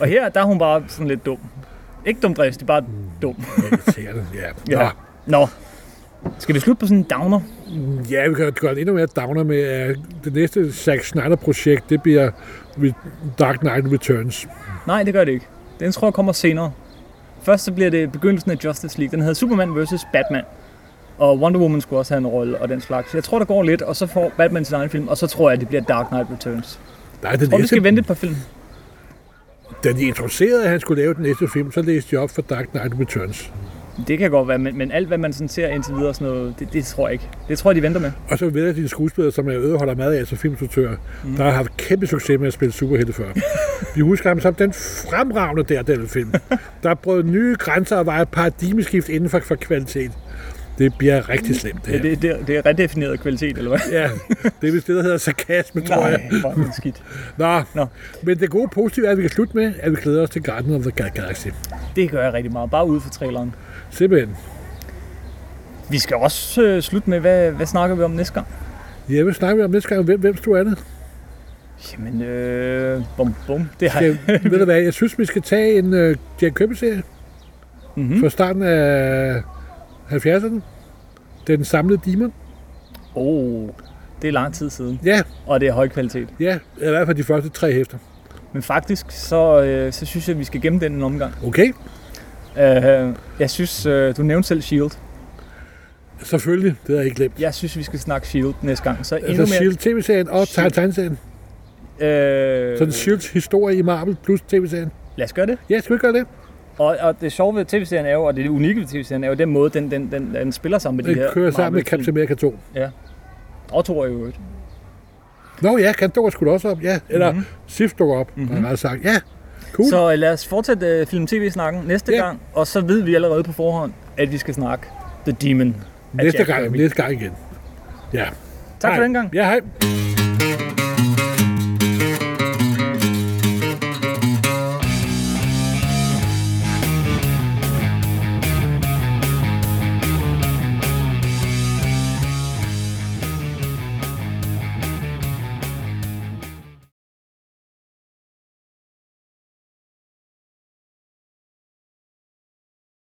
Speaker 1: Og her, der er hun bare sådan lidt dum. Ikke dum det er bare dum.
Speaker 2: Irriterende, ja.
Speaker 1: Ja.
Speaker 2: ja.
Speaker 1: Nå. Skal vi slutte på sådan en downer?
Speaker 2: Ja, vi kan gøre det endnu mere downer med, at det næste Zack Snyder-projekt, det bliver Re- Dark Knight Returns.
Speaker 1: Nej, det gør det ikke. Den tror jeg kommer senere. Først så bliver det begyndelsen af Justice League. Den hedder Superman vs. Batman. Og Wonder Woman skulle også have en rolle og den slags. Jeg tror, der går lidt, og så får Batman sin egen film, og så tror jeg, det bliver Dark Knight Returns.
Speaker 2: Nej, det
Speaker 1: Tror du, vi
Speaker 2: næste,
Speaker 1: skal vente et par film?
Speaker 2: da de introducerede, at han skulle lave den næste film, så læste jeg op for Dark Knight Returns.
Speaker 1: Det kan godt være, men, men alt, hvad man sådan ser indtil videre, og sådan noget, det, det tror jeg ikke. Det tror jeg, de venter med.
Speaker 2: Og så ved jeg, at de skuespillere, som jeg øvrigt holder meget af, altså filmstruktører, mm. der har haft kæmpe succes med at spille superhelte
Speaker 1: (laughs)
Speaker 2: før. Vi husker ham som den fremragende der, den film. Der er brød nye grænser og var et paradigmeskift inden for, for kvalitet. Det bliver rigtig slemt,
Speaker 1: Mm.
Speaker 2: det
Speaker 1: Ja.
Speaker 2: her.
Speaker 1: Det, det, det er redefineret kvalitet, eller hvad?
Speaker 2: Ja, det er vist det, der hedder sarkasme, tror jeg.
Speaker 1: Nej, hvor er det skidt.
Speaker 2: Nå,
Speaker 1: Nå.
Speaker 2: Nå, men det gode positive er, at vi kan slutte med, at vi glæder os til Guardians of the Gal- Galaxy.
Speaker 1: Det gør jeg rigtig meget, bare ude for traileren.
Speaker 2: Simpelthen.
Speaker 1: Vi skal også øh, slutte med, hvad, hvad snakker vi om næste gang?
Speaker 2: Ja, hvad snakker vi om næste gang? Hvem, hvem tror er det?
Speaker 1: Jamen, øh, bum bum. Det har
Speaker 2: Jeg, (laughs) ved du hvad, jeg synes, vi skal tage en uh, Jack Købe-serie
Speaker 1: Mhm.
Speaker 2: fra starten af 70'erne. Den samlede demon.
Speaker 1: Oh, det er lang tid siden,
Speaker 2: Ja,
Speaker 1: og det er høj kvalitet.
Speaker 2: ja, i hvert fald de første tre hæfter.
Speaker 1: Men faktisk, så, øh, så synes jeg, at vi skal gemme den en omgang.
Speaker 2: Okay,
Speaker 1: Øh, jeg synes, øh, du nævnte selv S.H.I.E.L.D.
Speaker 2: selvfølgelig. Det har jeg ikke glemt.
Speaker 1: Jeg synes, vi skal snakke S.H.I.E.L.D. E næste gang. Så endnu
Speaker 2: Altså
Speaker 1: mere...
Speaker 2: S.H.I.E.L.D. tv-serien og
Speaker 1: Shield.
Speaker 2: Titan-serien.
Speaker 1: Øh,
Speaker 2: Så den S.H.I.E.L.D.'s historie i E Marvel plus tv-serien.
Speaker 1: lad os gøre det.
Speaker 2: Ja, skal vi gøre det?
Speaker 1: Og, og det sjove ved tv-serien er jo, og det unikke ved tv-serien er jo den måde, den, den, den, den spiller sammen med de her...
Speaker 2: Det Øh, kører sammen med
Speaker 1: Marvel-film.
Speaker 2: Captain America 2.
Speaker 1: Og Thor i øvrigt.
Speaker 2: Nå ja, han dukker sgu da også op, ja. Eller mm-hmm. Sif dukker op, mm-hmm. har jeg sagt. Ja, cool. Så...
Speaker 1: Så øh, lad os fortsætte øh, film-tv-snakken næste
Speaker 2: Ja.
Speaker 1: gang, og så ved vi allerede på forhånd, at vi skal snakke The Demon. af
Speaker 2: Næste
Speaker 1: Jack
Speaker 2: gang,
Speaker 1: Kirby.
Speaker 2: næste gang igen. Ja.
Speaker 1: Tak for den gang.
Speaker 2: Ja, hej.